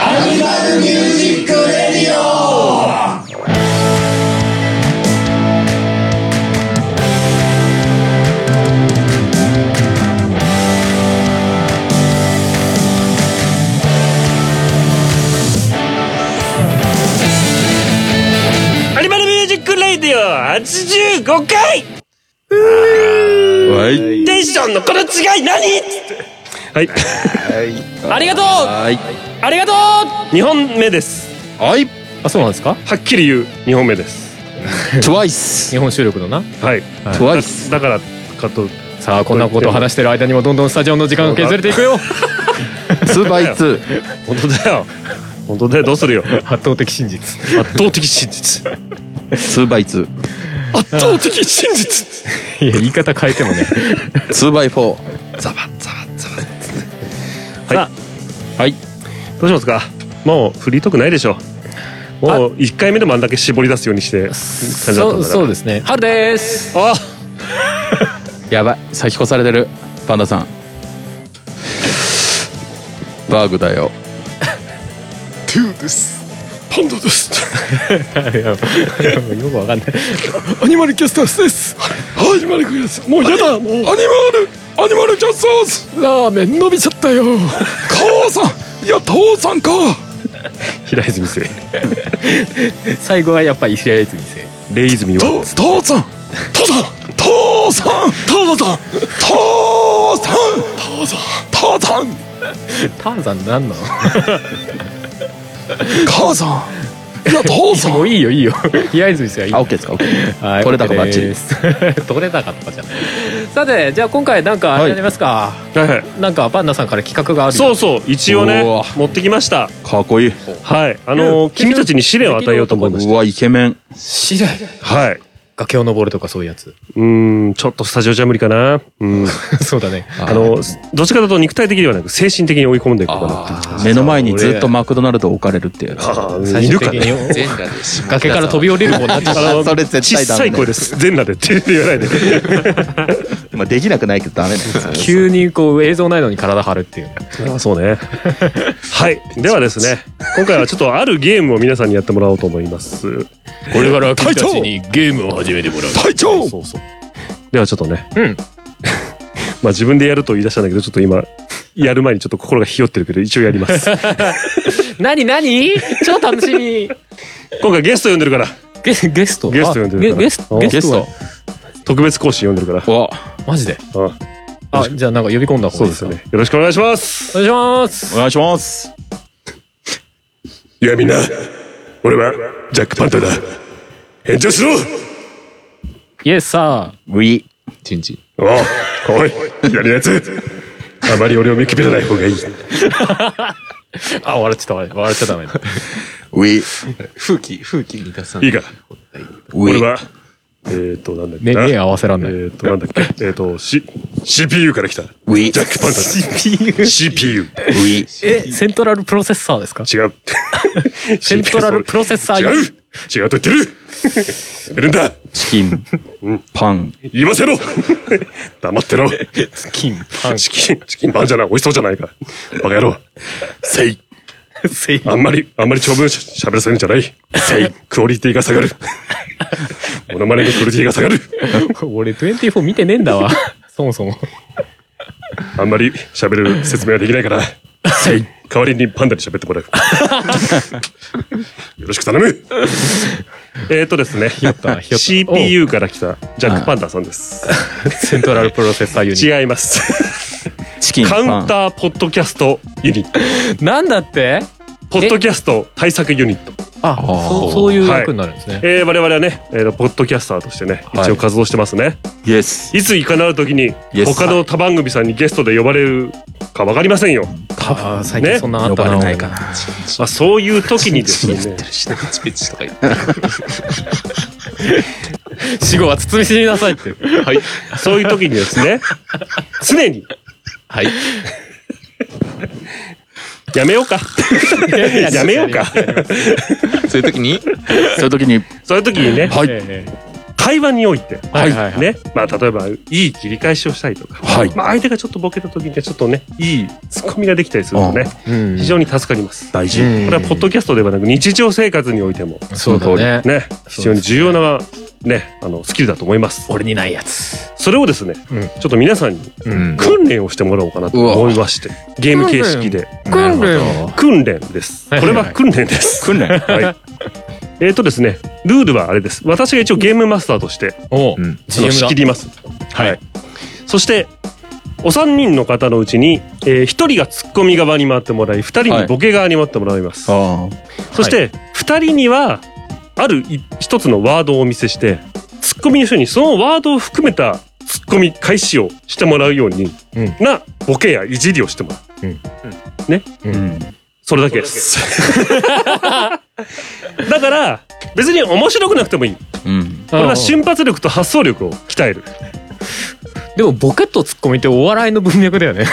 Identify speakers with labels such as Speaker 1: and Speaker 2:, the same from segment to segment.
Speaker 1: アニマルミュージックレディオ
Speaker 2: アニマルミュージックレイディオ85回
Speaker 3: はい。
Speaker 2: テンションのこの違い何っつってはい。ありがとう
Speaker 3: はい。
Speaker 2: ありがとう !2 本目です。
Speaker 3: はい。
Speaker 4: あそうなんですか
Speaker 2: はっきり言う2本目です。
Speaker 3: トワイス。
Speaker 4: 日本収録のな
Speaker 2: はい。
Speaker 3: トワイス。
Speaker 2: だだからかと。
Speaker 4: さあこんなことを話してる間にもどんどんスタジオの時間が削れていくよ
Speaker 3: ツーバイツ
Speaker 2: 本当だよ。本当だよ。どうするよ。
Speaker 4: 圧倒的真実
Speaker 2: 圧倒的真実。
Speaker 3: ー。ツーバイツ
Speaker 2: 圧倒的真実。
Speaker 4: いや言い方変えて もね
Speaker 3: ー。ツーバイフォー。
Speaker 2: ザバッザバッザバッ。
Speaker 4: さあはい
Speaker 2: どうしますかもう振りとくないでしょ。もう1回目でもあんだけ絞り出すようにして感じだったん
Speaker 4: そう
Speaker 2: だから
Speaker 4: そうですね春です
Speaker 2: あ
Speaker 3: やばい。先越されてる。パンダさん。バーグだよ。
Speaker 2: トゥーです。パンダです。
Speaker 4: よくわかんないアニマルキャスターズです
Speaker 2: アニマルクイズもうやだもうアニマルアニマルキャスターズ
Speaker 4: ラーメン伸びちゃったよ
Speaker 2: 母さんいや父さんか平泉せ
Speaker 4: 最後はやっぱり石井泉生
Speaker 2: レイ泉は
Speaker 3: 父さん。
Speaker 2: 父さん父さん父さん父さん父さん父さん
Speaker 4: ターザンなんなの
Speaker 2: 母さんいや父さ
Speaker 4: もういいよ いいよ平泉生はいい
Speaker 3: あ、オッケーですか。オッケー。
Speaker 4: はい
Speaker 3: 取れたかバッチリ
Speaker 4: 取れたかとかじゃないさてじゃあ今回なんかあれになりますか、
Speaker 2: ん
Speaker 4: なんかパンダさんから企画があるよ
Speaker 2: そうそう一応ね
Speaker 3: おー
Speaker 2: 持ってきました
Speaker 3: かっこいい。
Speaker 2: はいあのー
Speaker 4: うん
Speaker 2: 君たちに試練を与えようと思いまし
Speaker 3: うわ、イケメン。
Speaker 4: 白い
Speaker 2: たはい
Speaker 4: 崖を登るとかそういうやつ
Speaker 2: うーんちょっとスタジオじゃ無理かなうん
Speaker 4: そうだね
Speaker 2: あのどっちかというと肉体的ではなく精神的に追い込んでいこうかなっていう
Speaker 3: 目の前にずっとマクドナルドを置かれるっていう。
Speaker 2: あー
Speaker 4: 最
Speaker 2: い
Speaker 4: 終
Speaker 2: る
Speaker 4: 的
Speaker 2: かね
Speaker 4: に崖から飛び降りるもんなっちゃった
Speaker 2: あの
Speaker 3: それ絶対
Speaker 2: 小
Speaker 3: ダメ
Speaker 2: さい声です全裸でって言わないで
Speaker 3: まあ、できなくないけどダメ だよ。
Speaker 4: 急にこう映像ないのに体張るっていう
Speaker 2: ああそうね はいではですね今回はちょっとあるゲームを皆さんにやってもらおうと思います
Speaker 4: これから君
Speaker 2: たちに
Speaker 4: ゲームを始めてもらう
Speaker 2: 隊長そうそうではちょっとね
Speaker 4: うん
Speaker 2: まあ自分でやると言い出したんだけどちょっと今やる前にちょっと心がひよってるけど一応やります
Speaker 4: 何何超楽し み
Speaker 2: 今回ゲスト呼んでるから
Speaker 4: ゲゲスト
Speaker 2: ゲスト呼んでるから
Speaker 4: あゲゲスト
Speaker 2: あ
Speaker 4: ゲストは
Speaker 2: 特別講師呼んでるから
Speaker 3: うわ、
Speaker 4: マジで
Speaker 2: あ
Speaker 4: あじゃあなんか呼び込んだ方が
Speaker 2: そ
Speaker 4: いうい
Speaker 2: ですよね
Speaker 4: ですか
Speaker 2: よろしくお願いします
Speaker 4: お願いします
Speaker 3: お願いします。
Speaker 2: いやみんな俺はジャックパンタだ炎上しろ
Speaker 4: イエスさあ
Speaker 3: ウィ。
Speaker 2: おうおいやるやつあまり俺を見くびらない方がいい
Speaker 4: あ笑っちゃった笑笑っちゃダ メだ
Speaker 3: ウィ。
Speaker 2: いいか
Speaker 3: ウ
Speaker 2: 俺
Speaker 3: ィ。
Speaker 2: はえっ、ー、となんだっけ
Speaker 4: 目
Speaker 2: な
Speaker 4: 目合わせらん
Speaker 2: えっ、
Speaker 4: ない
Speaker 2: ー、となんだっけえっ、ー、と、C、CPU から来た
Speaker 3: ウィ。
Speaker 2: ジャックパンタ
Speaker 4: CPU
Speaker 2: CPU
Speaker 3: ウィ。
Speaker 4: えセントラルプロセッサーですか
Speaker 2: 違う
Speaker 4: セントラルプロセッサー
Speaker 2: 違う違うと言ってる言 ってるんだ
Speaker 3: チキン。パン。
Speaker 2: 言わせろ黙ってろ
Speaker 4: チキンパン
Speaker 2: チキンチキンパンじゃない美味しそうじゃないかバカ野郎せい
Speaker 4: セイ
Speaker 2: あんまり、あんまり長文しゃべらせるんじゃない。クオリティが下がる。モノマネのクオリティが下がる。
Speaker 4: 俺24見てねえんだわ そもそも
Speaker 2: あんまり喋れる説明はできないから、代わりにパンダに喋って もらう。よろしく頼む。えっとですね、
Speaker 4: たひよった
Speaker 2: CPU から来たジャックパンダさんです。
Speaker 4: セントラルプロセッサーユニッ
Speaker 2: 違います。
Speaker 3: チキン。
Speaker 2: カ
Speaker 3: パン。
Speaker 2: ウンターポッドキャストユニット。
Speaker 4: トなんだって
Speaker 2: ポッドキャスト対策ユニット。
Speaker 4: あ
Speaker 3: ー
Speaker 4: そうそういう役になるんですね、
Speaker 2: えー我々はね、えーとポッドキャスターとしてね、
Speaker 4: はい
Speaker 2: 一応活動してますね。
Speaker 3: イエス。
Speaker 2: いついかなる時に
Speaker 3: Yes
Speaker 2: 他の他番組さんにゲストで呼ばれるか分かりませんよ、
Speaker 4: あー最
Speaker 2: ね
Speaker 4: 近そんなあったな、
Speaker 2: まあ、そういう時にですね
Speaker 4: 死後は包み死になさいってはい
Speaker 2: そういう時にですね常に
Speaker 4: はい
Speaker 2: やめようか
Speaker 4: や
Speaker 2: やめようか
Speaker 5: そういう時に
Speaker 3: そういう時に、
Speaker 2: そういう時にね
Speaker 4: はい、
Speaker 2: 必会話において、
Speaker 4: はいはいはい
Speaker 2: ね、まあ例えばいい切り返しをしたりとか、
Speaker 3: はい
Speaker 2: まあ相手がちょっとボケた時にはちょっとね、いいツッコミができたりするとね、非常に助かります。
Speaker 3: 大事。
Speaker 4: うん
Speaker 2: これはポッドキャストではなく日常生活においても
Speaker 4: そうだね
Speaker 2: ね、非常に重要なね、あのスキルだと思います。
Speaker 4: 俺にないやつ
Speaker 2: それをですね、
Speaker 4: うん
Speaker 2: ちょっと皆さんに
Speaker 4: うん
Speaker 2: 訓練をしてもらおうかなと思いまして、ゲーム形式で
Speaker 4: 訓練
Speaker 2: 訓練です。こ
Speaker 4: はい
Speaker 2: れ
Speaker 4: はいはい
Speaker 2: は訓練です。
Speaker 5: 訓練
Speaker 2: はい。えっ、とですね、ルールはあれです。私が一応ゲームマスターとして、
Speaker 4: おう
Speaker 5: うん
Speaker 4: GM だ
Speaker 2: 仕切ります。
Speaker 4: はい
Speaker 2: そして、お三人の方のうちに、えー、1人がツッコミ側に回ってもらい、二人にボケ側に回ってもらいます。
Speaker 5: あ
Speaker 2: そして、二人には、あるい一つのワードをお見せして、ツッコミの人にそのワードを含めたツッコミ開始をしてもらうように、
Speaker 4: うん
Speaker 2: なボケやいじりをしてもらう。
Speaker 5: あうん
Speaker 2: それだけです。だから、別に面白くなくてもいい。
Speaker 5: うん
Speaker 2: これは瞬発力と発想力を鍛える。
Speaker 4: でもボケとツッコミってお笑いの文脈だよね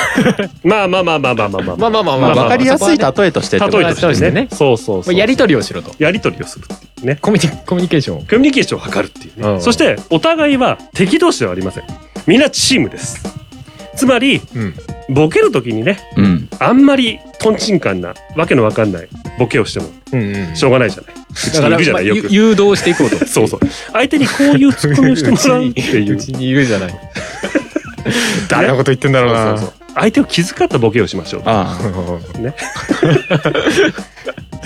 Speaker 2: まあまあまあまあまあまあまあ。
Speaker 4: まあまあまあ
Speaker 2: まあ
Speaker 4: わ
Speaker 5: わかりやすい
Speaker 4: だ
Speaker 5: 例えとしてってこと
Speaker 2: 例えとして
Speaker 4: 例え
Speaker 2: ね。
Speaker 4: と
Speaker 2: そうそうそう。
Speaker 4: やりとりをしろと
Speaker 2: やり取りをするっていうね。
Speaker 4: コミュニコミュニケーションを
Speaker 2: コミュニケーションを図るっていうね。
Speaker 4: うん
Speaker 2: そして、お互いは敵同士ではありません。みんなチームです。つまり、
Speaker 4: うん
Speaker 2: ボケるときにね、
Speaker 5: うん
Speaker 2: あんまりトンチンカンな、わけのわかんないボケをしても
Speaker 4: うんうん
Speaker 2: しょうがないじゃない。うち
Speaker 4: だ
Speaker 2: に
Speaker 4: か
Speaker 2: い
Speaker 4: ら
Speaker 2: るじゃ
Speaker 4: まあ
Speaker 2: ない、よく。
Speaker 4: 誘導していこうと
Speaker 2: そうそう。相手にこういうツッコミをしてもらうっていう う。
Speaker 4: ちにいるじゃない誰のこと言ってんだろうな
Speaker 2: そうそうそう相手を気遣ったボケをしましょう
Speaker 5: あ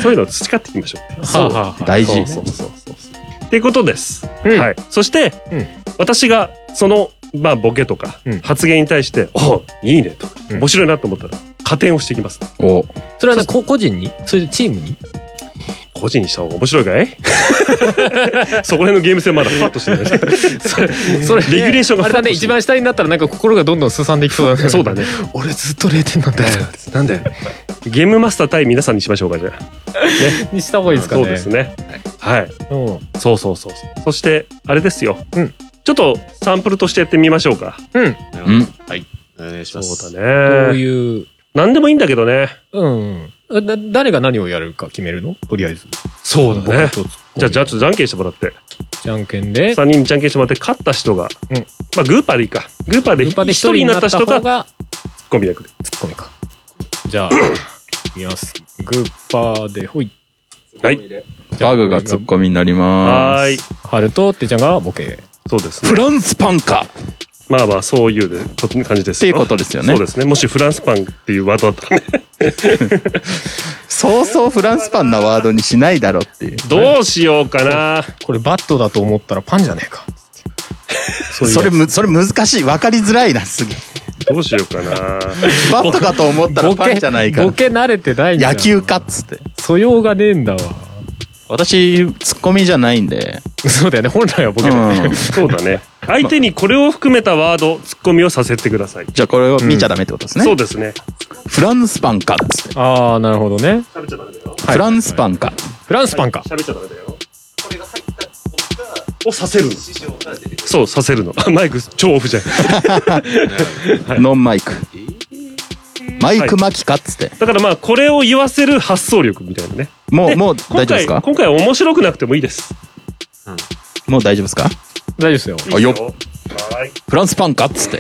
Speaker 2: そういうのを培っていきましょう
Speaker 4: はあはあはあ
Speaker 5: あ大事
Speaker 2: そうそうそうそうっていうことです、
Speaker 4: うん
Speaker 2: はいそして、
Speaker 4: うん
Speaker 2: 私がそのまあボケとか
Speaker 4: うん
Speaker 2: 発言に対して「おういいね」とか
Speaker 4: うん
Speaker 2: 面白いなと思ったら加点をしていきます
Speaker 5: お
Speaker 4: それはねこ個人にそれでチームに
Speaker 2: 個人にした方が面白いかい そこら辺のゲーム性まだパッとしてないね
Speaker 4: それ
Speaker 2: レギュレーションが
Speaker 4: あれだ
Speaker 2: ファッとし
Speaker 4: ね
Speaker 2: て
Speaker 4: 一番下になったらなんか心がどんどんすさんでいきそうだね
Speaker 2: そうだね
Speaker 4: 俺ずっと0点なんだよ
Speaker 2: なんでゲームマスター対皆さんにしましょうかじゃあ
Speaker 4: にした方がいいですか
Speaker 2: そ
Speaker 4: ね
Speaker 2: うですねはい
Speaker 4: うん
Speaker 2: そうそうそうそうそしてあれですよ、
Speaker 4: うん
Speaker 2: ちょっとサンプルとしてやってみましょうか
Speaker 4: うん
Speaker 5: うん
Speaker 6: はい。お願いします。
Speaker 2: そう
Speaker 4: ど
Speaker 2: だ
Speaker 4: う
Speaker 2: ね
Speaker 4: いう
Speaker 2: 何でもいいんだけどね
Speaker 4: うんうんだ誰が何をやるか決めるのとりあえず
Speaker 2: そ
Speaker 4: 僕
Speaker 2: ね
Speaker 4: とツッコミ
Speaker 2: じゃあじゃあちょっとじゃんけんしてもらって
Speaker 4: じゃんけんで
Speaker 2: 3人にじゃんけんしてもらって勝った人が、
Speaker 4: うん
Speaker 2: まあグーパーでいいかグーパーで
Speaker 4: グ
Speaker 2: 1
Speaker 4: ーパーで
Speaker 2: 人
Speaker 4: 一人
Speaker 2: に
Speaker 4: に
Speaker 2: なっ
Speaker 4: なった
Speaker 2: 人
Speaker 4: た人
Speaker 2: がツッ
Speaker 4: が
Speaker 2: コミ役で
Speaker 4: ツッコミかじゃあ見ますグーパーでほい
Speaker 2: はい
Speaker 5: バグがツッコミになりま
Speaker 2: はー
Speaker 5: す
Speaker 2: い
Speaker 4: ハルトってちゃんがボケ
Speaker 2: そうですね
Speaker 5: フランスパンかっ
Speaker 2: まあまあそういうねこんな感じです
Speaker 5: てい
Speaker 2: よ
Speaker 5: うことですよね
Speaker 2: そうですねもしフランスパンっていうワードだったらね
Speaker 5: そうそうフランスパンなワードにしないだろっていう
Speaker 2: どうしようかな
Speaker 4: これバットだと思ったらパンじゃねえか
Speaker 5: それむそれ難しい分かりづらいなすげえ
Speaker 2: どうしようかな
Speaker 5: バットかと思ったらパンじゃないか
Speaker 4: ボケ慣れてないんだ
Speaker 5: 野球かっつって
Speaker 4: 素養がねえんだわ
Speaker 5: 私ツッコミじゃないんで
Speaker 4: そうだよね本来はボケだよね
Speaker 5: うん
Speaker 2: そうだね相手にこれを含めたワードツッコミをさせてください
Speaker 5: じゃあこれを見ちゃダメってことですね、
Speaker 2: そうですね
Speaker 5: フランスパンかっつって、
Speaker 4: ああなるほどね
Speaker 2: 食べちゃダメだよ
Speaker 5: フランスパンか
Speaker 4: フランスパンか
Speaker 2: 喋っちゃダメだよ。これが入ったをさせるの。そう、させるの。マイク超オフじゃん。
Speaker 5: ノンマイクマイク巻きかっつって
Speaker 2: だからまあ、これを言わせる発想力みたいなね。
Speaker 5: も
Speaker 2: で
Speaker 5: うもう大丈夫です
Speaker 2: 今
Speaker 5: か
Speaker 2: 回、今回は面白くなくてもいいです。
Speaker 5: もう大丈夫ですか
Speaker 4: 大丈夫ですよ
Speaker 5: あよっ
Speaker 2: いいよはい。
Speaker 5: フランスパンかっつって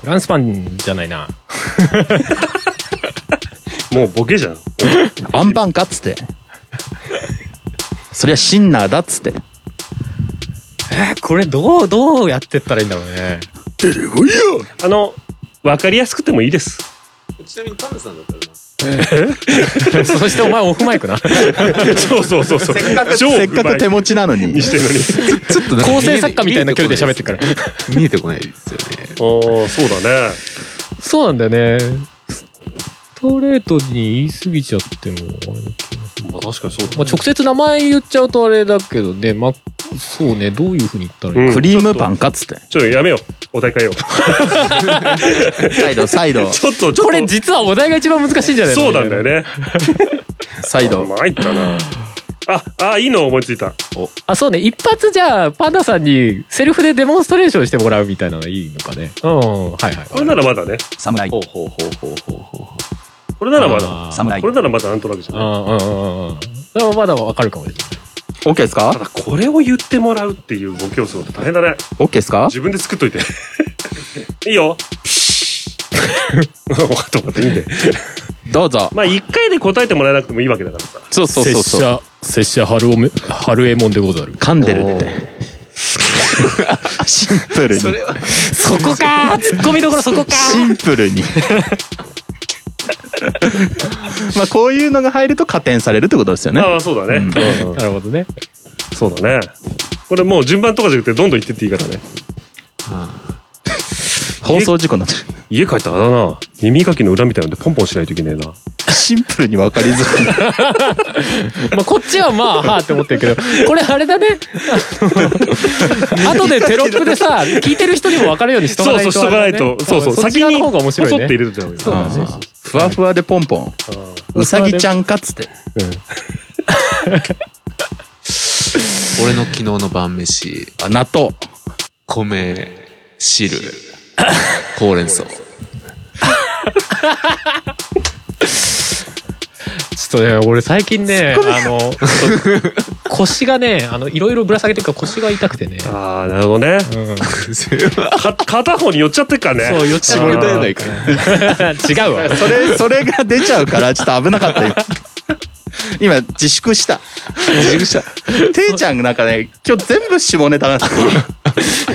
Speaker 4: フランスパンじゃないな
Speaker 2: もうボケじゃん。
Speaker 5: アンパンかっつってそりゃシンナーだっつって
Speaker 4: えーこれどうどうやってったらいいんだろうね
Speaker 5: 出てこいよ
Speaker 2: あの、わかりやすくてもいいです。
Speaker 6: ちなみにパンダさんだったらな。
Speaker 4: そしてお前オフマイク な
Speaker 2: そうそうそうそう。せっかく
Speaker 5: せっかく手持ちなのに
Speaker 2: にしてるのに。
Speaker 6: ちょっと。
Speaker 4: 構成作家みたいな距離で喋ってるから
Speaker 6: 見えてこないですよ
Speaker 2: あ
Speaker 6: ね。
Speaker 2: あ、そうだね。
Speaker 4: そうなんだよねストレートに言い過ぎちゃってもあれだけど
Speaker 2: まあ確かにそうだ
Speaker 4: まあ、直接名前言っちゃうとあれだけどね、まあ、そうね、どういうふうに言ったらいいの、
Speaker 2: うん
Speaker 5: クリームパンかっつって
Speaker 2: ちょっとやめよう。お題変えよう。ち
Speaker 5: サイドサイド
Speaker 2: ょっと、ちょっと。
Speaker 4: これ実はお題が一番難しいんじゃないの
Speaker 2: そうなんだよ。ね。
Speaker 5: サイド
Speaker 2: 参ったな。あ、あ、いいの思いついた。
Speaker 4: あ、そうね。一発じゃあ、パンダさんにセルフでデモンストレーションしてもらうみたいなのがいいのかね。うん、はいはい。
Speaker 2: これならまだね。
Speaker 5: 侍
Speaker 6: ほうほうほうほうほうほ
Speaker 2: これならまだ。
Speaker 4: あー
Speaker 5: 侍
Speaker 2: これならまだなんとなくじゃない
Speaker 4: あーうんうんうんうん。でもまだわかるかもしれない。
Speaker 5: OK です
Speaker 2: た
Speaker 5: か
Speaker 2: だこれを言ってもらうっていうご競争って大変だね。
Speaker 5: ?OK ですか
Speaker 2: 自分で作っ といて。いい よ。分かった分かった、いいんで。
Speaker 5: どうぞ。
Speaker 2: まあ一回で答えてもらえなくてもいいわけだからさ。
Speaker 5: そうそうそう
Speaker 4: 拙
Speaker 5: そう。
Speaker 4: 者、拙者春おめ、春右衛門でござる。
Speaker 5: 噛んでるって。シンプルに。
Speaker 6: それは、
Speaker 4: そこかツッコミどころそこか
Speaker 5: シンプルに。まあこういうのが入ると加点されるってことですよね。
Speaker 2: ああ、そうだね。うんうん
Speaker 4: なるほどね。
Speaker 2: そうだね。これもう順番とかじゃなくてどんどん言ってっていいからね。
Speaker 5: 放送事故になっちゃ
Speaker 2: 家帰ったらあだな。耳かきの裏みたいなのでポンポンしないといけねえな。
Speaker 5: う。シンプルに分かりづらい。
Speaker 4: まあ、こっちはま あ、はあって思ってるけど、これあれだね。あの、後でテロップでさ、聞いてる人にも分かるようにしとか
Speaker 2: そう
Speaker 4: な
Speaker 2: そ
Speaker 4: い
Speaker 2: う、し
Speaker 4: と。
Speaker 2: とかないと。そうそう、
Speaker 4: 先
Speaker 2: 先
Speaker 4: に。
Speaker 2: に、
Speaker 4: の方が面白
Speaker 2: ポ
Speaker 4: い
Speaker 2: ソっ
Speaker 4: ね
Speaker 2: て。入れてた方がいい
Speaker 4: そうだね。
Speaker 5: ふわふわでポンポン。うさぎちゃんかっつって。
Speaker 6: 俺の昨日の晩飯、
Speaker 5: あ納豆。
Speaker 6: 米、汁、ほうれん草。
Speaker 4: ちょっとね、俺最近ね、あの、腰がね、あの、いろいろぶら下げてるから腰が痛くてね。
Speaker 2: ああ、なるほどね。
Speaker 4: うん、
Speaker 6: それは、
Speaker 2: か 片方に寄っちゃってっからね。
Speaker 4: そう、よっちゃ
Speaker 6: 絞
Speaker 4: う
Speaker 6: れたやないか。
Speaker 4: 違うわ。
Speaker 5: それ、それが出ちゃうから、ちょっと危なかったよ。今、自粛した。自粛した。ていちゃんなんかね、今日全部下ネタなんですよ。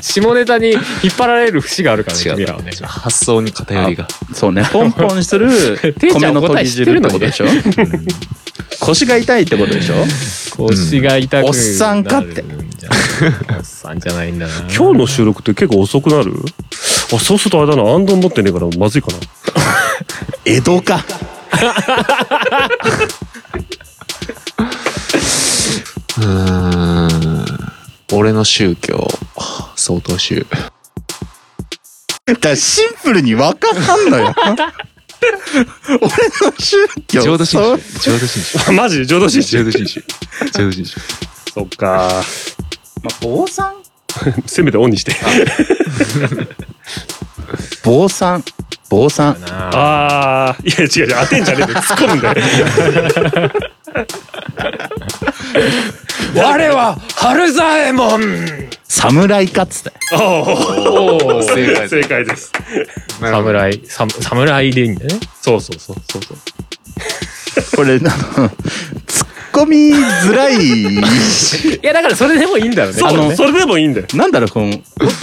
Speaker 4: 下ネタに引っ張られる節があるからね、
Speaker 6: 違う
Speaker 4: 君らはね。
Speaker 6: 発想に偏りが。
Speaker 5: そうね、 ポンポンする
Speaker 4: ていちゃ
Speaker 5: 米
Speaker 4: ん
Speaker 5: の
Speaker 4: 答
Speaker 5: と
Speaker 4: え
Speaker 5: ぎ
Speaker 4: 知って
Speaker 5: 汁
Speaker 4: る
Speaker 5: っ
Speaker 4: の
Speaker 5: てことでしょ腰が痛いってことでしょ
Speaker 4: 腰が痛くなる、
Speaker 5: おっさんかって
Speaker 4: おっさんじゃないんだな。
Speaker 2: 今日の収録って結構遅くなるあ、そうするとあれだな、アンドン持ってねえからまずいかな。
Speaker 5: 江戸か。
Speaker 6: うーん。俺の宗教、相当宗。
Speaker 5: だからシンプルに分かったんだ よ。俺の宗教。
Speaker 6: 浄土真
Speaker 5: そう
Speaker 6: 宗。浄土真宗。
Speaker 2: あ マジ浄土真
Speaker 6: 浄
Speaker 2: 宗。
Speaker 6: 土真宗。浄土真宗。
Speaker 2: そっか。
Speaker 5: まあ坊さん
Speaker 2: せめてオンにして。
Speaker 5: 坊さん。坊さん。
Speaker 2: ああ、いや違う違う、当てんじゃねえんだよ。突っ込むんだよ。
Speaker 4: 我は、春左衛門
Speaker 5: 侍かっつって。
Speaker 2: おお、
Speaker 6: 正解
Speaker 2: 正解です。
Speaker 4: 侍、サム侍でいいんだよね。
Speaker 2: そうそうそうそうそう。
Speaker 5: これ、あの、突っ込みづらい
Speaker 4: いや、だからそれでもいいんだろうね。
Speaker 2: そう
Speaker 5: あ
Speaker 2: だ
Speaker 5: の
Speaker 2: ね、それでもいいんだよ。
Speaker 5: なんだろう、この、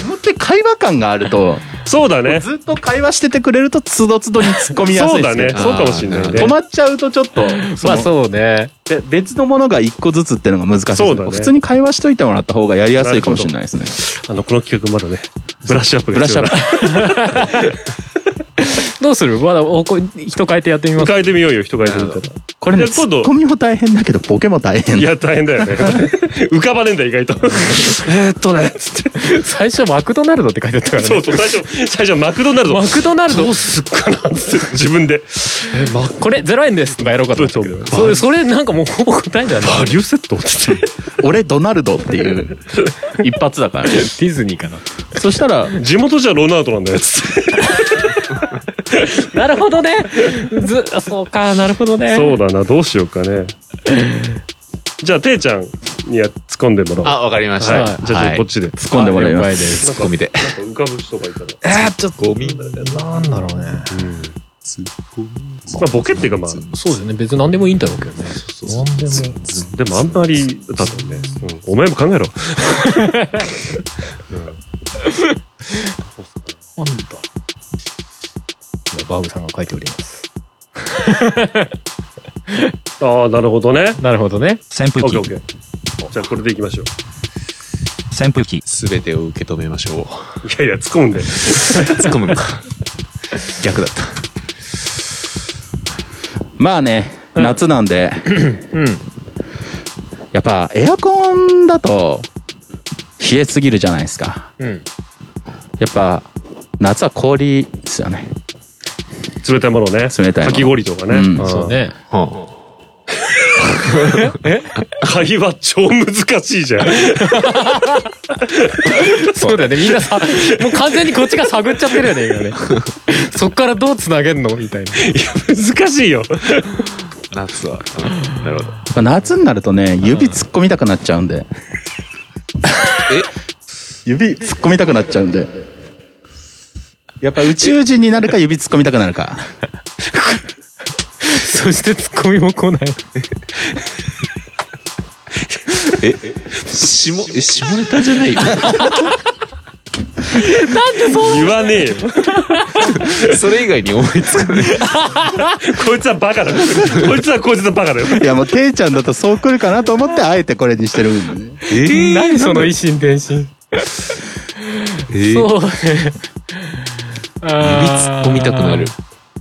Speaker 5: ほんとに会話感がある と、
Speaker 2: そうだね。
Speaker 5: ずっと会話しててくれると、つどつどに突っ込みやす
Speaker 2: そ
Speaker 5: いうで
Speaker 2: だ
Speaker 5: す
Speaker 2: ね。
Speaker 5: けど、
Speaker 2: そうかもしれないね
Speaker 5: 止。まっちゃうとちょっと、
Speaker 4: まあ
Speaker 5: その
Speaker 4: そうね。
Speaker 5: で別のものが一個ずつっていうのが難しいです
Speaker 2: そうだね
Speaker 5: 普通に会話しといてもらった方がやりやすいかもしれないですね。
Speaker 2: あの、この企画まだね、ブラッシュアップ
Speaker 5: ブ
Speaker 2: が
Speaker 5: ラッシ
Speaker 2: 必
Speaker 5: ュ
Speaker 2: 要
Speaker 5: ア
Speaker 2: だ。
Speaker 5: ッ
Speaker 4: どうするまだ、おこ人変えてやってみます
Speaker 2: 変えてみようよ、人がいてみたら。
Speaker 5: プ。これね、
Speaker 2: じゃあ
Speaker 5: ツ
Speaker 2: 今度
Speaker 5: ッコミも大変だけど、ボケも大変
Speaker 2: い。や、大変だよね。 浮かばねえんだよ、意外と。えーっとね、つって。
Speaker 4: 最初マクドナルドって書いてあったから
Speaker 2: そ
Speaker 4: ね。
Speaker 2: うそう、最初、最初マクドナルド。
Speaker 4: マクドナルド
Speaker 2: どうすっかなつって 自分で。
Speaker 4: これ0円ですとかやろうかと思ったけど。それ、それなんかもうほぼ答えんじゃない
Speaker 2: バリューセットつって。
Speaker 5: 俺、ドナルドっていう、一発だ からね。
Speaker 4: ディズニーかな。
Speaker 5: そしたら、
Speaker 2: 地元じゃロナウドなん だよ、つって。
Speaker 4: なるほどね。ず、そうか、なるほどね。
Speaker 2: そうだな、どうしようかね。じゃあ、ていちゃんにやっ突っ込んでもらおう。
Speaker 6: あ、わかりまし
Speaker 2: はい。
Speaker 6: た。
Speaker 2: じゃあ、ちょっとこっ
Speaker 6: ち。
Speaker 2: ちで。
Speaker 5: 突っ込んでもらいます。
Speaker 4: す。
Speaker 6: ツッコミで。
Speaker 2: 浮かぶ人がいたら。
Speaker 4: えー、ちょっと、
Speaker 6: ゴミだね。
Speaker 4: なんだろうね。
Speaker 2: まあ、ボケっていうか、まあ、
Speaker 4: そうですね。別に何でもいいんだろうけどね。何でも。
Speaker 2: でもあんまりだとね、うんお前も考えろ。
Speaker 4: なんだバーグさんが書いております。
Speaker 2: ああ、なるほどね。
Speaker 4: なるほどね。
Speaker 7: 扇風
Speaker 2: オッケーオッ
Speaker 7: 機
Speaker 2: ケー。じゃあこれでいきましょう。
Speaker 7: 扇風機
Speaker 6: すべてを受け止めましょう。
Speaker 2: いやいや、突っ込んで。
Speaker 6: 突っ込むのか。逆だった。
Speaker 5: まあね、夏なんで、やっぱエアコンだと冷えすぎるじゃないですか。
Speaker 4: うん。
Speaker 5: やっぱ夏は氷ですよね。
Speaker 2: 冷たいものね。
Speaker 5: 冷たいもの
Speaker 2: かき氷とかね。
Speaker 5: うん
Speaker 2: ん
Speaker 4: そう。ね。
Speaker 6: は
Speaker 2: 会話超難しいじゃん。
Speaker 4: そうだよね。みんなさ、もう完全にこっちが探っちゃってるよ ね、今ね。そっからどう繋げんのみたいな。
Speaker 2: 難しいよ。
Speaker 6: あ夏は。うんなるほど。
Speaker 5: これ夏になるとね、指突っ込みたくなっちゃうんで。 指突っ込みたくなっちゃうんで。やっぱ宇宙人にな るか指突っ込みたくなるか。
Speaker 4: そしてツッコミも来ない。
Speaker 6: 下、え、下ネタじゃないよ。
Speaker 2: 言わねえよ。
Speaker 6: それ以外に思いつかない。
Speaker 2: こいつはバカだ。こいつはこいつのバカだよ。
Speaker 5: いやもう、ていちゃんだとそう来るかなと思って、あえてこれにしてるんでね。
Speaker 6: えー
Speaker 4: 何その一心伝心。
Speaker 6: えー
Speaker 4: そうね。 指
Speaker 6: 指突っ込みたくなる。。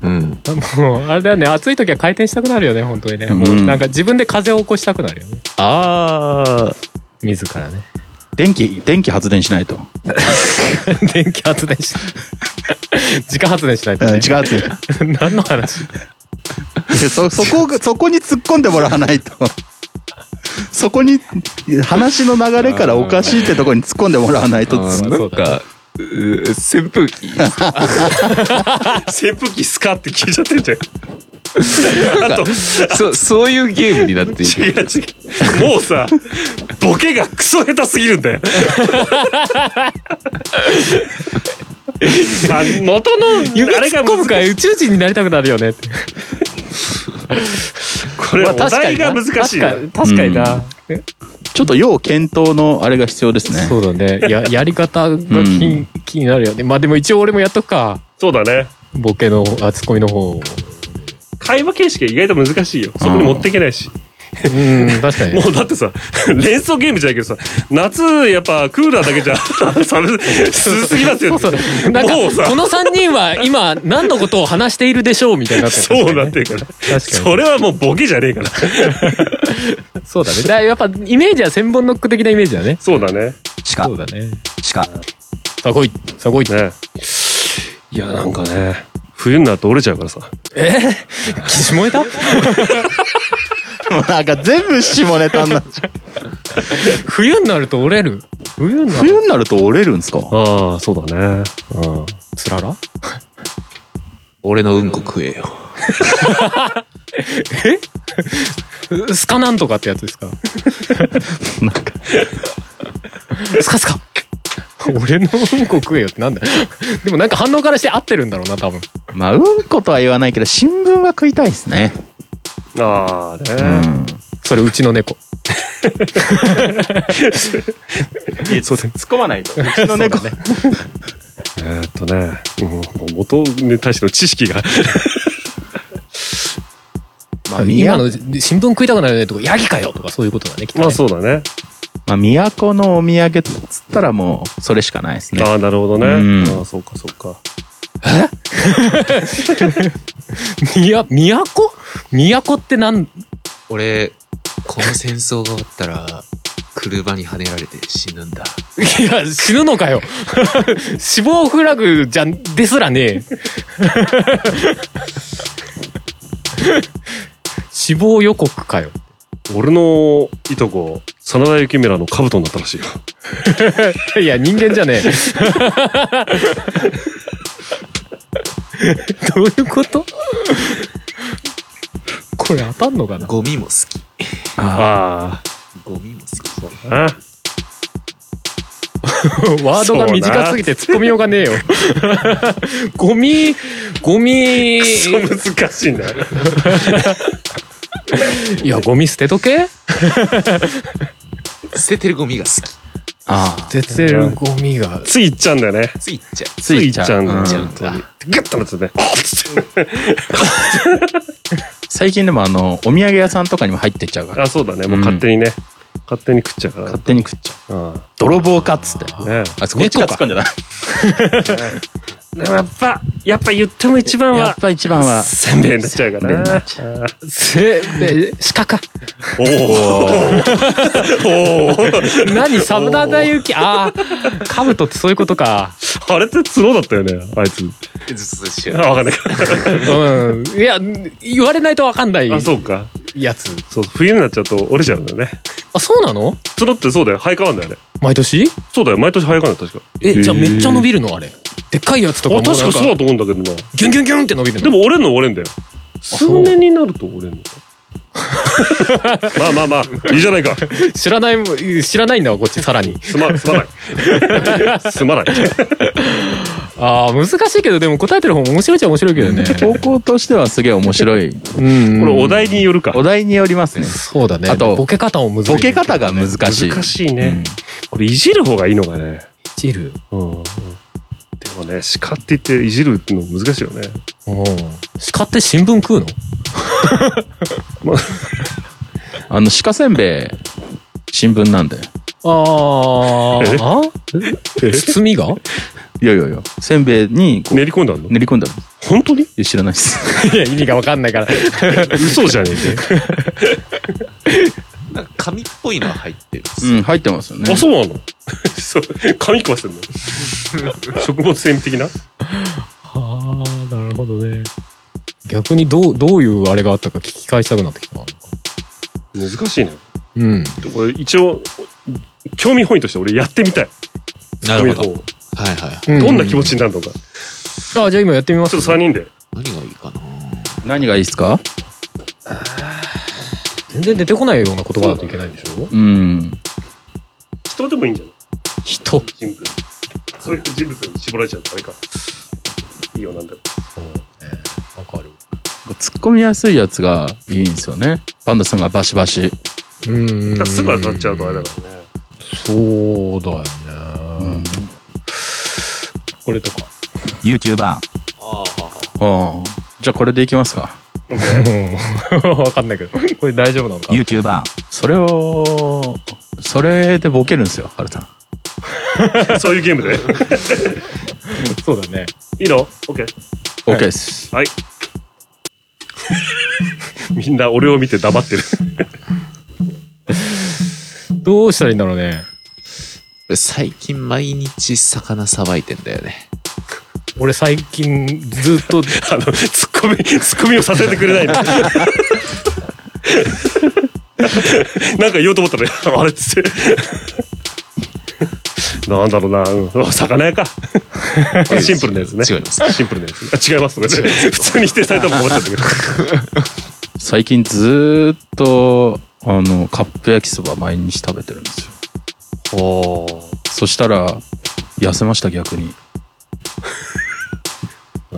Speaker 6: うん。
Speaker 4: もう、あれだよね、暑い時は回転したくなるよね、本当にね。もうなんか自分で風を起こしたくなるよね。
Speaker 6: ああ。
Speaker 4: 自らね。
Speaker 5: 電気、電気発電しないと。
Speaker 4: 電気発電し 自家発電しないと
Speaker 5: うん、違う
Speaker 4: ね
Speaker 5: っ。ていう。
Speaker 4: 何の話
Speaker 5: でそ、そこ、そこに突っ込んでもらわないと。そこに、話の流れからおかしいってとこに突っ込んでもらわないと。
Speaker 6: なんか、うー扇風機。
Speaker 2: 扇風機スカって聞いちゃってんじゃん。あと、
Speaker 6: そ、そういうゲームになってい
Speaker 2: 違う違
Speaker 6: る。
Speaker 2: う。もうさ、ボケがクソ下手すぎるん だよ。あ元の、
Speaker 4: 指
Speaker 2: あれ
Speaker 4: 突
Speaker 2: が
Speaker 4: っ込む
Speaker 2: 難
Speaker 4: から宇宙人になりたくなるよねって。
Speaker 2: これはお題が難しいな。
Speaker 4: 確か確かにな。
Speaker 5: ちょっと要検討のあれが必要ですね。
Speaker 4: そうだね。や、やり方が気に気になるよね。まあでも一応俺もやっとくか。
Speaker 2: そうだね。
Speaker 4: ボケの、あ、ツッコミの方を。
Speaker 2: 会話形式が意外と難しいよ。そこに持っていけないし。
Speaker 4: うん、確かに。
Speaker 2: もうだってさ、連想ゲームじゃないけどさ、夏やっぱクーラーだけじゃ 寒すすぎますよね。
Speaker 4: そうそう。なんか
Speaker 2: もうさ、
Speaker 4: この3人は今何のことを話しているでしょうみたいになってる
Speaker 2: そうなってるから。
Speaker 4: に
Speaker 2: それはもうボケじゃねえから。
Speaker 4: そうだね。だからやっぱイメージは千本ノック的なイメージだね。
Speaker 2: そうだね。
Speaker 7: 鹿
Speaker 4: そうだね。
Speaker 7: 鹿
Speaker 4: さあ来い。さあ来い。
Speaker 2: ねいや、なんかね、冬になると折れちゃうからさ。
Speaker 4: 岸燃えた
Speaker 5: もう なんか全部下ネタになっちゃう。
Speaker 4: 冬になると折れる。冬になる
Speaker 5: 冬になると折れるんですか
Speaker 2: ああ、そうだね。うん。
Speaker 4: つらら
Speaker 6: 俺のうんこ食えよ。
Speaker 4: スカなんとかってやつですか
Speaker 5: なんか、
Speaker 4: スカスカ俺のうんこ食えよってなんだよ。でもなんか反応からして合ってるんだろうな、多分。
Speaker 5: まあ、うんことは言わないけど、新聞は食いたいですね。
Speaker 2: ああ、
Speaker 5: う
Speaker 2: ね。
Speaker 5: ん。
Speaker 4: それうちの猫。
Speaker 2: そうですね。
Speaker 5: 突っ込まない と。うちの猫。
Speaker 2: えーっとね、うん元に対しての知 識が。
Speaker 5: まあ、
Speaker 4: 今
Speaker 5: 宮
Speaker 4: の新聞食いたくなるねとか、ヤギかよとかそういうことだね、きっとね
Speaker 2: まあそうだね。
Speaker 5: まあ、都のお土産っつったらもう、それしかないですね。
Speaker 2: ああ、なるほどね。
Speaker 5: うん
Speaker 2: ああ、そうかそうか。
Speaker 4: みや、都都ってなん、
Speaker 6: 俺、この戦争が終わったら、車にはねられて死ぬんだ。
Speaker 4: いや、死ぬのかよ。死亡フラグじゃん、ですらねえ。死亡予告かよ。
Speaker 2: 俺のいとこ、真田幸村の兜になったらしいよ。
Speaker 4: いや、人間じ ゃねえ。どういうことこれ当たんのかな
Speaker 6: ゴミも好き。
Speaker 2: あ
Speaker 6: ゴミも好き。
Speaker 2: あ、あ
Speaker 4: ワードが短すぎて突っ込みようがねえよ。ゴミ、ゴミ、
Speaker 2: そう難しいんだよ。
Speaker 4: いや、ゴミ捨てとけ
Speaker 6: 捨ててるゴミが好き。
Speaker 5: あ
Speaker 4: 捨ててるゴミが。
Speaker 2: つい行っちゃうんだよね。
Speaker 6: ついっちゃう。
Speaker 2: つい行っちゃうんだよ。
Speaker 6: つい
Speaker 2: 本
Speaker 6: 行っちゃうんだ
Speaker 2: 当にグッとなってね。
Speaker 5: 最近でもあの、お土産屋さんとかにも入ってっちゃうから、
Speaker 2: あ、そうだね。もう勝手にね。勝手に食っちゃうから
Speaker 5: 勝。手に食っちゃう。
Speaker 2: あ
Speaker 5: 泥棒かっつって。
Speaker 2: あね
Speaker 5: あ、そこっちが突っ込んじゃない。
Speaker 2: でもやっぱ、やっぱ言っても一番
Speaker 5: やっ
Speaker 2: は、
Speaker 5: ぱ一番は、
Speaker 2: せんべいになっちゃうか
Speaker 5: せんべいにな
Speaker 2: ら
Speaker 5: っちゃう
Speaker 2: な。
Speaker 4: せ、で、鹿か。
Speaker 2: お おおお
Speaker 4: 何サムダダユキ、ああ、カブトってそういうことか。
Speaker 2: あれって角だったよね、あいつ。
Speaker 6: ずつずつし
Speaker 2: あ、わかんないか
Speaker 4: うん。いや、言われないとわかんない
Speaker 2: ら。あ、そうか。
Speaker 4: やつ。
Speaker 2: そう、冬になっちゃうと折れちゃうんだよね。
Speaker 4: あ、そうなの
Speaker 2: 角ってそうだよ、生え変わんだよね。
Speaker 4: 毎年
Speaker 2: そうだよ、毎年生え変わんだよ、確か。
Speaker 4: え、じゃあめっちゃ伸びるのあれ。でっかいやつとか
Speaker 2: あ、
Speaker 4: もなん
Speaker 2: 確かそうだと思うんだけどな。
Speaker 4: ギュンギュンギュンって伸びる
Speaker 2: で
Speaker 4: の
Speaker 2: も折れんの折れんだよ。
Speaker 4: う
Speaker 2: 数年になると折れんのか。 まあまあまあ、いいじゃないか。
Speaker 4: 知らないもん、知らないんだわ、こっち、さらに。
Speaker 2: すま、すま ない。すまない。
Speaker 4: ああ、難しいけど、でも答えてる方も面白いっちゃ面白いけ どね。
Speaker 5: 方向としてはすげえ面白い。
Speaker 4: うん。
Speaker 2: これお題によるか。
Speaker 5: お題によりますね。
Speaker 4: そうだね。
Speaker 5: あと
Speaker 4: ボケ方も難しい。
Speaker 5: ボケ方が難しい。
Speaker 2: 難しいね。これいじる方がいいのがね。
Speaker 4: チル。
Speaker 2: うん。でもね、叱っていっていじるっての難しいよね。
Speaker 4: うん。鹿って新聞食うの
Speaker 2: まあ、
Speaker 5: あの、鹿せんべい、新聞なんだよ。
Speaker 4: あ
Speaker 2: え
Speaker 4: あ。え包みが
Speaker 5: いやいやいや、せんべいにこう
Speaker 2: 練り込んだの
Speaker 5: 練り込んだのい
Speaker 2: 本当に
Speaker 5: や知らないです。
Speaker 4: いや、意味がわかんないから。
Speaker 2: 嘘じゃねえか
Speaker 6: なんか紙っぽいのは入ってる。
Speaker 5: うん、入ってますよね。
Speaker 2: あ、そうなのそう。紙食わせんの食物繊維的な
Speaker 4: ああ、なるほどね。逆にどう、どういうあれがあったか聞き返したくなってきたな。
Speaker 2: 難しいね。
Speaker 4: うん。
Speaker 2: これ一応、興味本位として俺やってみたい。
Speaker 6: なるほど。
Speaker 2: ど。
Speaker 6: はいはい。
Speaker 2: どんな気持ちになるのか。ち
Speaker 4: あ、じゃあ今やってみます
Speaker 2: ょっと3人で。
Speaker 6: 何がいいかな
Speaker 5: 何がいいですか
Speaker 4: 全然出てこないような言葉だといけないんでしょ
Speaker 5: うん。
Speaker 2: 人でもいいんじゃない
Speaker 4: 人。
Speaker 2: 人物。そういう人物に絞られちゃうとあれか。いいよ、なんだろ
Speaker 4: わかる。
Speaker 5: 突っ込みやすいやつがいいんですよね。パンダさんがバシバシ。
Speaker 4: うんうんうん。
Speaker 2: う。すぐ当たっちゃうとあれだからね。
Speaker 4: そうだよね。これとか。
Speaker 7: UQ バ
Speaker 5: ああ。じゃあこれでいきますか。
Speaker 4: うん。わかんないけど。これ大丈夫なのか
Speaker 7: ーン UQ バ
Speaker 5: それを、それでボケるんですよ、ハルさん。
Speaker 2: そういうゲー ムで。
Speaker 4: そうだね。
Speaker 2: いいの ?OK。
Speaker 5: OK です。
Speaker 2: はい。みんな俺を見て黙ってる。
Speaker 4: どうしたらいいんだろうね。
Speaker 6: 最近毎日魚さばいてんだよね。
Speaker 4: 俺最近ず っと、
Speaker 2: あの、ツッコミ、ツッコミをさせてくれ ないの。なんか言おうと思ったら、あれっつって。なんだろうな、うん、魚屋か。 シンプルなやつね。
Speaker 6: 違います。
Speaker 2: シンプルなやつ。あ違います。ごめんなさい普通に否定されたもん思っちゃったけど。
Speaker 5: 最近ずーっと、あの、カップ焼きそば毎日食べてるんですよ。そしたら、痩せました、逆に。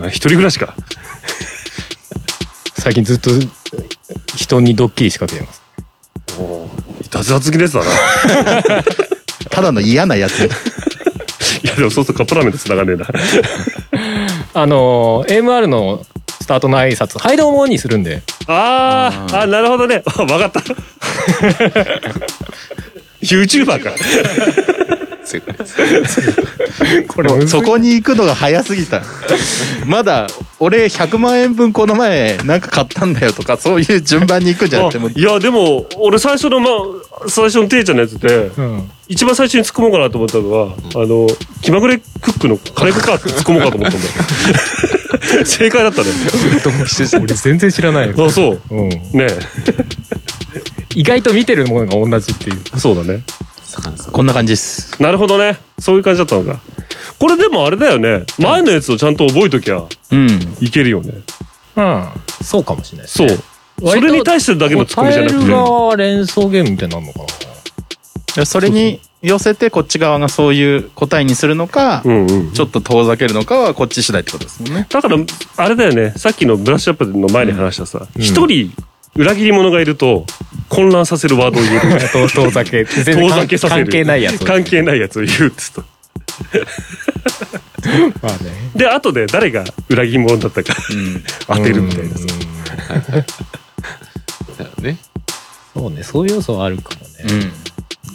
Speaker 2: あ一人暮らしか。
Speaker 4: 最近ずっと人にドッキリ仕掛けてます。
Speaker 2: いたずら好きですだ な。い
Speaker 5: ただの嫌なやつ。
Speaker 2: や、でもそうするとカップラーメンと繋がねえな。
Speaker 4: あのー、AMR のスタートの挨拶、はいどうもにするんで。
Speaker 2: あーあなるほどね。あわか った。YouTuber か。
Speaker 4: これ
Speaker 5: そこに行くのが早すぎた。まだ、俺100万円分この前、なんか買ったんだよとか、そういう順番に行くんじゃなくて、もう
Speaker 2: あいや、でも、俺最初の、まあ、最初のていちゃんのやつで、
Speaker 4: うん。
Speaker 2: 一番最初に突っ込もうかなと思ったのは、あの、気まぐれクックのカレーカーって突っ込もうかと思ったんだ よ。正解だったね。
Speaker 4: 俺全然知らないよ。
Speaker 2: あ、 そう。
Speaker 4: うん。
Speaker 2: ね
Speaker 4: 意外と見てるものが同じっていう。
Speaker 2: え。そうだね。
Speaker 6: 魚さば
Speaker 5: こんな感じです。
Speaker 2: なるほどね。そういう感じだったのか。これでもあれだよね。前のやつをちゃんと覚えときゃ
Speaker 5: うん。
Speaker 2: いけるよね。
Speaker 4: うん。そうかもしれないです
Speaker 2: そう
Speaker 4: ね。。
Speaker 2: それに対してだけの突っ込みじゃなくて。
Speaker 4: が連想ゲームみたいになるのかな。
Speaker 5: それに寄せて、こっち側がそういう答えにするのか、
Speaker 2: うんうん。
Speaker 5: ちょっと遠ざけるのかは、こっち次第ってことですもんね。
Speaker 2: だから、あれだよね、さっきのブラッシュアップの前に話したさ、一、人裏切り者がいると混乱させるワードを言える。
Speaker 4: 遠遠ざけ。全然
Speaker 2: 遠ざけさせる。
Speaker 4: 関係ないやつ。
Speaker 2: 関係ないやつを言うっつと。
Speaker 4: まあね。
Speaker 2: で、後で誰が裏切り者だったか 当てるみたいなさ。
Speaker 6: いてんだよね。
Speaker 4: そうね、そういう要素はあるかもね。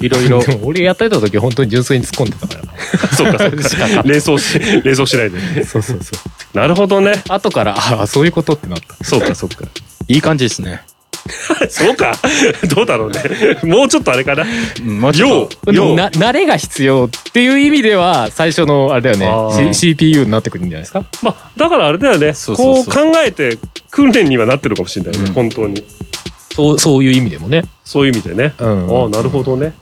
Speaker 5: いろいろ。
Speaker 4: でも俺やったりた時本当に純粋に突っ込んでたからな。
Speaker 2: そうか、そうか。連想し、連想しないで。
Speaker 4: そうそうそう。
Speaker 2: なるほどね。
Speaker 4: 後から、ああ、そういうことってなった。
Speaker 2: そうか、そうか。
Speaker 5: いい感じですね。
Speaker 2: そうか。どうだろうね。もうちょっとあれかな。
Speaker 5: うんもうちょっ
Speaker 2: よう、
Speaker 5: と
Speaker 4: でも
Speaker 2: よう。
Speaker 4: な、慣れが必要っていう意味では、最初の、あれだ
Speaker 2: あ
Speaker 4: よ
Speaker 2: ー
Speaker 4: ね、C- CPU になってくるんじゃないですか
Speaker 2: まあ、だからあれだよね。
Speaker 5: そうそうそう
Speaker 2: こう考えて訓練にはなってるかもしれないね、本当に。
Speaker 4: そう、そういう意味でもね。
Speaker 2: そういう意味でね。
Speaker 4: うん
Speaker 2: ああ、なるほどね。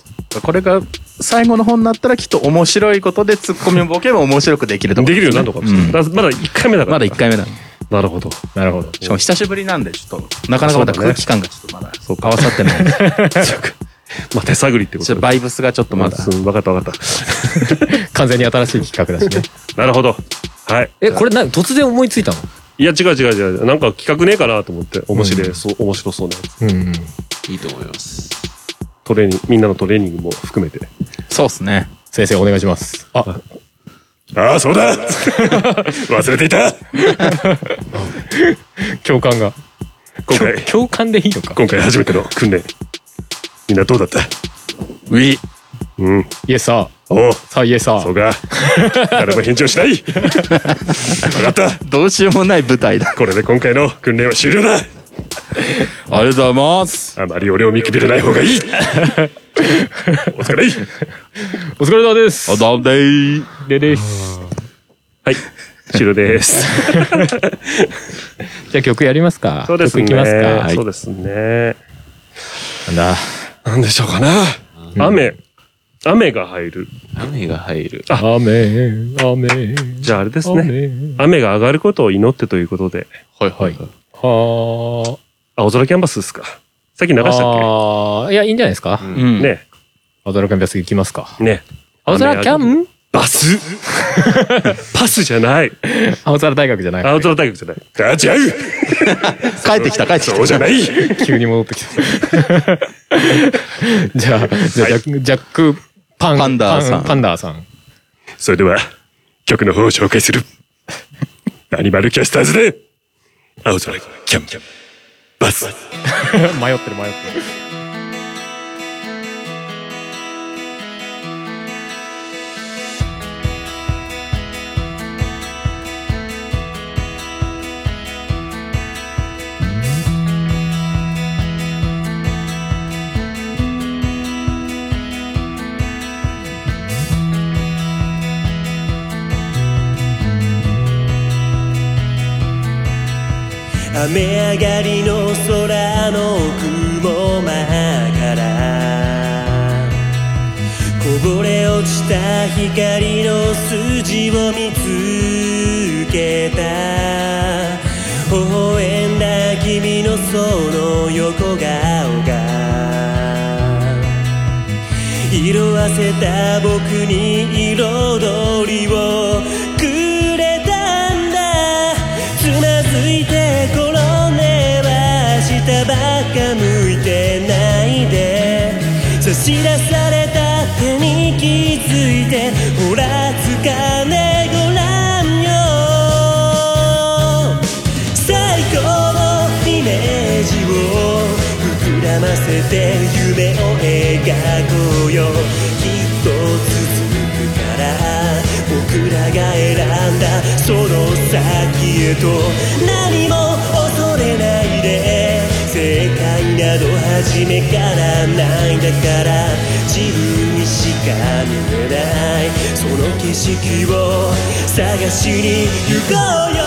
Speaker 5: これが最後の本になったらきっと面白いことでツッコミもボケも面白くできると思う
Speaker 2: できるようになるのかもしれない。
Speaker 5: うん
Speaker 2: だからまだ1回目だから。
Speaker 5: まだ1回目だ。
Speaker 2: なるほ ど。
Speaker 4: なるほど。
Speaker 5: しかも久しぶりなんで、ちょっと、なかなかまだ
Speaker 2: そうだね
Speaker 5: 空気感がちょっとまだ合わさってない。
Speaker 2: まあ、手探りってこ
Speaker 5: ちょ
Speaker 2: とで。
Speaker 5: っとバイブスがちょっとまだ。
Speaker 2: うん、わかったわかった。
Speaker 4: 完全に新しい企画だしね。
Speaker 2: なるほど。はい。
Speaker 4: え、これな、突然思いついたの
Speaker 2: いや、違う違う違う。なんか企画ねえかなと思って。面白い、そう、面白そうなやつ。
Speaker 4: うん。
Speaker 6: いいと思います。
Speaker 2: トレーニング、みんなのトレーニングも含めて。
Speaker 5: そうっすね。
Speaker 4: 先生、お願いします。あ、
Speaker 2: ああ、そう だ忘れていた
Speaker 4: 共感が。
Speaker 2: 今回、
Speaker 4: 共感でいいのか
Speaker 2: 今回初めての訓練。みんなどうだった
Speaker 5: ウィ
Speaker 2: うん。
Speaker 4: イエスさ
Speaker 2: おう、
Speaker 4: さあ、イエスさ
Speaker 2: そう か。誰も返事をし ないわかった。
Speaker 5: どうしようもない舞台だ。
Speaker 2: これで今回の訓練は終了だ
Speaker 5: ありがとうございます。
Speaker 2: あまり俺を見くびらない方 がいいお疲れ
Speaker 4: お疲れ様です
Speaker 5: あだんでー。
Speaker 4: でです。
Speaker 2: はい。シロです。
Speaker 4: じゃあ曲やりますか。
Speaker 2: そうですね。
Speaker 4: 曲いきますか。
Speaker 2: そうですね。
Speaker 4: なんだ。
Speaker 2: なんでしょうかな。雨。雨が入る。
Speaker 6: 雨が入る。
Speaker 4: 雨、雨、
Speaker 2: じゃああれですね。
Speaker 4: 雨。
Speaker 2: 雨が上がることを祈ってということで。
Speaker 4: はいはい。は
Speaker 2: 青空キャンバスですか。さっき流
Speaker 4: あ。
Speaker 2: したっ
Speaker 4: ああ、いや、いいんじゃないですか。
Speaker 5: う
Speaker 2: け
Speaker 5: ん。
Speaker 2: ね
Speaker 4: 青空キャンバス行きますか。
Speaker 2: え。ねえ。
Speaker 4: 青空キャ
Speaker 2: 雨上がる
Speaker 4: ン
Speaker 2: バス パスじゃない。
Speaker 4: 青空大学じゃない。
Speaker 2: 青空大学じゃない。あ、 違う
Speaker 5: 帰ってきた、帰ってきた。
Speaker 2: そうじゃない
Speaker 4: 急に戻って きた。じゃあ、じゃあ、ジャック、ジャックパン、
Speaker 5: パンダーさん
Speaker 4: パンパンダーさん。
Speaker 2: それでは、曲の方を紹介す る。アニマルキャスターズで、青空キャンキャンバス。
Speaker 4: 迷ってる迷ってる。
Speaker 1: 雨上がりの空の雲間からこぼれ落ちた光の筋を見つけた微笑んだ君のその横顔が色あせた僕に彩りをくれたんだつまずいて転んでは下ばっか向いてないで差し出された手に気づいてほら掴ねごらんよ最高のイメージを膨らませて夢を描こうよきっと続くから僕らが選んだその先へと何も恐れないで正解など初めからないんだから自分にしか見えないその景色を探しに行こうよ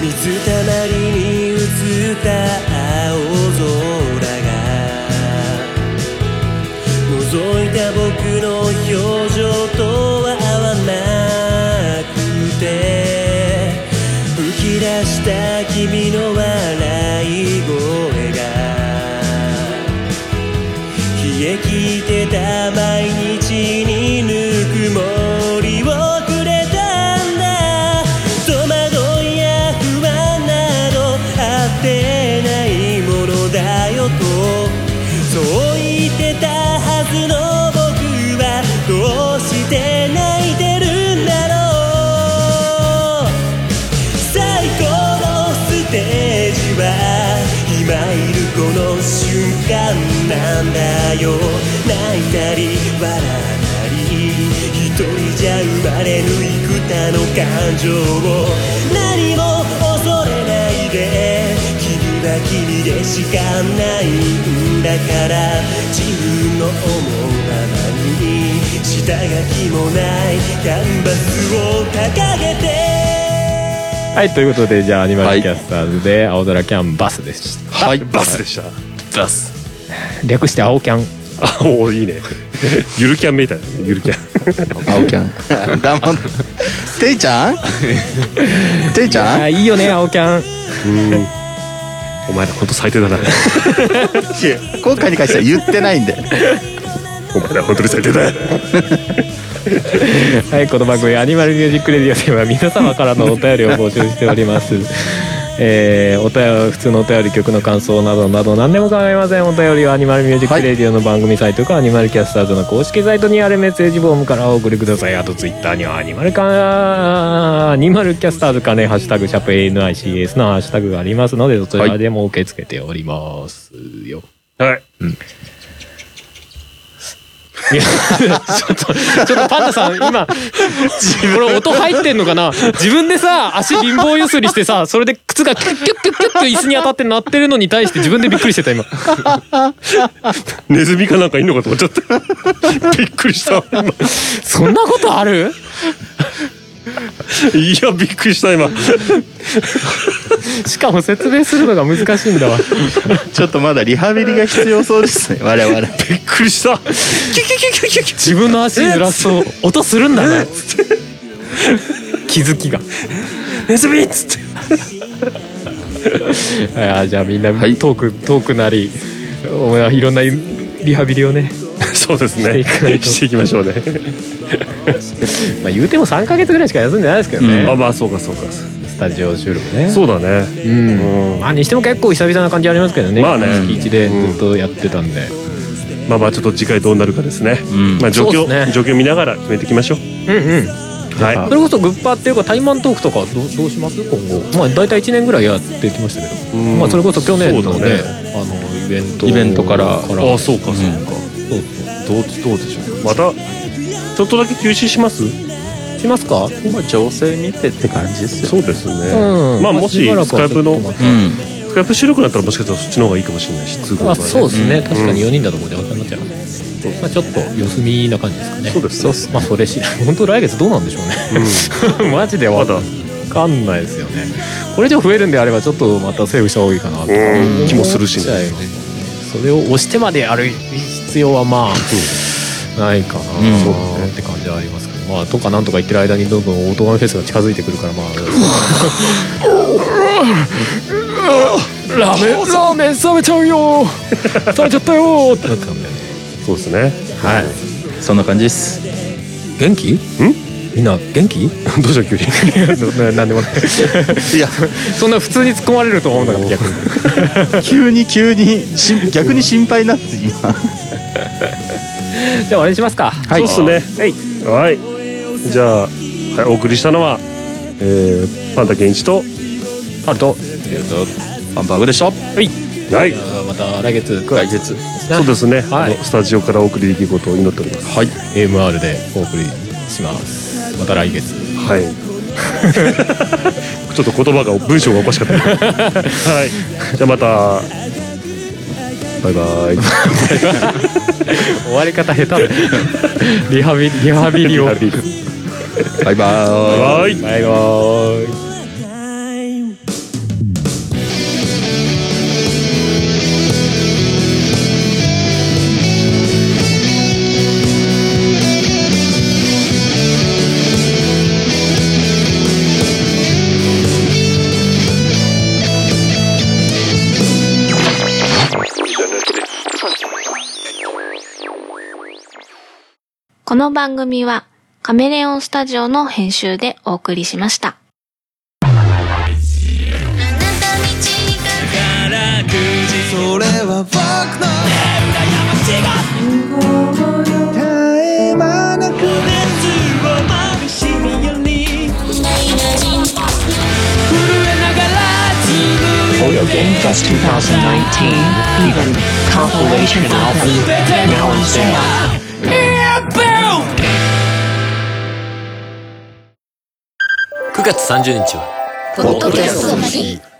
Speaker 1: 水たまりに映った青空が覗いた僕の表情とは合わなくて吹き出した君の笑い声が冷え切ってた毎日にぬくもりをくれたんだ戸惑いや不安などあってないものだよとそう言ってたはずの僕はどうして泣いてるんだろう最高のステージは今いるこの瞬間なんだよ泣いたり笑ったり一人じゃ生まれぬ幾多の感情を何も恐れないで君は君でしかないんだから自分の思うままに下書きもないキャンバスを掲げて
Speaker 4: はいということでじゃあアニマルキャスターズで青空キャンバスでした、
Speaker 2: はい、バスでした。
Speaker 6: 出す。
Speaker 4: 略して青キャン
Speaker 2: あ、おーいいね。 ゆるキャンみたいな。ゆるキャン。
Speaker 5: 青キャン。
Speaker 6: 黙っテイちゃんテイちゃん
Speaker 4: あいいよね青キャン
Speaker 2: お前ら本当最低だな。
Speaker 6: 今回に関しては言ってないんで。
Speaker 2: お前ら本当に最低だ。
Speaker 4: はい、この番組「アニマルミュージックレディオ」では皆様からのお便りを募集しております。 えーお便り普通のお便り曲の感想などなど何でも構いませんお便りはアニマルミュージックレディオの番組サイトか、アニマルキャスターズの公式サイトにあるメッセージフォームからお送りくださいあとツイッターにはアニマルかアニマルキャスターズかね「ハッシュタグシャープ #NICS」のハッシュタグがありますのでどちらでも受け付けておりますよ、
Speaker 2: はい。
Speaker 4: いやちょっと、ちょっとパンダさん、今、これ音入ってんのかな自分でさ、足貧乏ゆすりしてさ、それで靴がキュッキュッキュッキュッと椅子に当たって鳴ってるのに対して自分でびっくりしてた、今。
Speaker 2: ネズミかなんかいんのかと思っちゃった。 びっくりした。今
Speaker 4: そんなことある
Speaker 2: いや、びっくりした、今。
Speaker 4: しかも説明するのが難しいんだわ。
Speaker 6: ちょっとまだリハビリが必要そう ですね。我々。
Speaker 2: びっくりした。
Speaker 4: 自分の足ずらすと、音するんだな。気づきが。
Speaker 2: ネズミっつって。
Speaker 4: あじゃあみんな、トーク、トークなり、お前いろんなリハビリをね、
Speaker 2: そうです
Speaker 4: して
Speaker 2: ね。
Speaker 4: いかないと
Speaker 2: していきましょうね。
Speaker 4: まあ言うても3ヶ月ぐらいしか休んでないですけどね、
Speaker 2: あ、まあ、そうか、そうか。
Speaker 4: スタジオ収録ね。
Speaker 2: そうだね。
Speaker 4: うん、まあにしても結構久々な感じありますけどね、
Speaker 2: まあね
Speaker 4: 月一でずっとやってたんで、
Speaker 2: まあまあ、ちょっと次回どうなるかですね。まあ、状
Speaker 4: そうです
Speaker 2: 況、
Speaker 4: ね
Speaker 2: 状況見ながら決めていきましょう。
Speaker 4: うんうん
Speaker 2: は
Speaker 4: それこそグッパーっていうかタイマントークとかどうどうします今後まあ大体1年ぐらいやってきましたけど、
Speaker 2: うん
Speaker 4: まあそれこそ去年の
Speaker 2: そ
Speaker 4: ね
Speaker 2: うだね
Speaker 4: あのイベント
Speaker 5: イベントから
Speaker 2: い。あ、そうか、そうか。どう、
Speaker 4: そう
Speaker 2: どうでしょう。また。ちょっとだけ休止します。
Speaker 4: そうしますか
Speaker 5: まあ、情勢見てって感じですよ。
Speaker 2: そうですね。
Speaker 4: うん
Speaker 2: まあ、もし
Speaker 4: しばら
Speaker 2: ス
Speaker 4: く
Speaker 2: カ
Speaker 4: は
Speaker 2: イ
Speaker 4: ち
Speaker 2: プ
Speaker 4: ょっと
Speaker 2: の。
Speaker 4: ま
Speaker 5: う
Speaker 4: た
Speaker 5: ん。
Speaker 2: スカイプ収録になったらもしかしたらそっちの方がいいかもしれないし通
Speaker 4: まあそうですね、確かに4人だとこで分かになっちゃう、
Speaker 2: ん
Speaker 4: まあちょっと様子見な感じですかね
Speaker 2: そうですね
Speaker 4: まあそれし本当来月どうなんでしょうね、 マジで
Speaker 2: ま
Speaker 4: わ
Speaker 2: だ
Speaker 4: かんないですよねこれ以上増えるんであればちょっとまたセーブした方がいいかなと
Speaker 2: うん気もするしね
Speaker 4: 思っちゃうよねそれを押してまでやる必要はまあないかなって感じはありますけど、まあとかなんとか言ってる間にどんどんオートガンフェスが近づいてくるからまあラーメンラーメン冷めちゃうよ冷めちゃったよってなってたんだよね
Speaker 2: そうですね
Speaker 4: はい
Speaker 5: そんな感じです。
Speaker 4: 元気みんな元気
Speaker 2: どうした急に
Speaker 4: なんでもない
Speaker 6: いや、
Speaker 4: そんな普通に突っ込まれると思うんだから逆に
Speaker 6: 急に急に、しん逆に心配になって、今。
Speaker 4: じゃあ終わりにしますか
Speaker 2: そうっ すねはいじゃあ、はい、お送りしたのは、えー、パンダケンイチと
Speaker 4: あると
Speaker 5: パンパグでしょ。
Speaker 2: はい
Speaker 4: また来月9
Speaker 5: 来月。
Speaker 4: 月
Speaker 2: そうですね、
Speaker 4: はい
Speaker 2: あのスタジオからお送りできることを祈っております
Speaker 4: はい AMR でお送りしますまた来月
Speaker 2: はい ちょっと言葉が文章がおかしかったはいじゃあまたバイバイ
Speaker 4: 終わり方下手だリハビリリハビリをバイ
Speaker 5: バイバーイ。
Speaker 2: バイ
Speaker 4: バーイ
Speaker 1: time
Speaker 8: 「この番組はカメレオンスタジオの編集でお送りしました」
Speaker 9: それは僕の絶え間なく熱をまぶしみように震えながら紡いで
Speaker 10: Fest 2019 Heathen compilation album now on sale.
Speaker 9: Yeah, boom!
Speaker 11: 9月30日は、
Speaker 10: ポッドキャストの日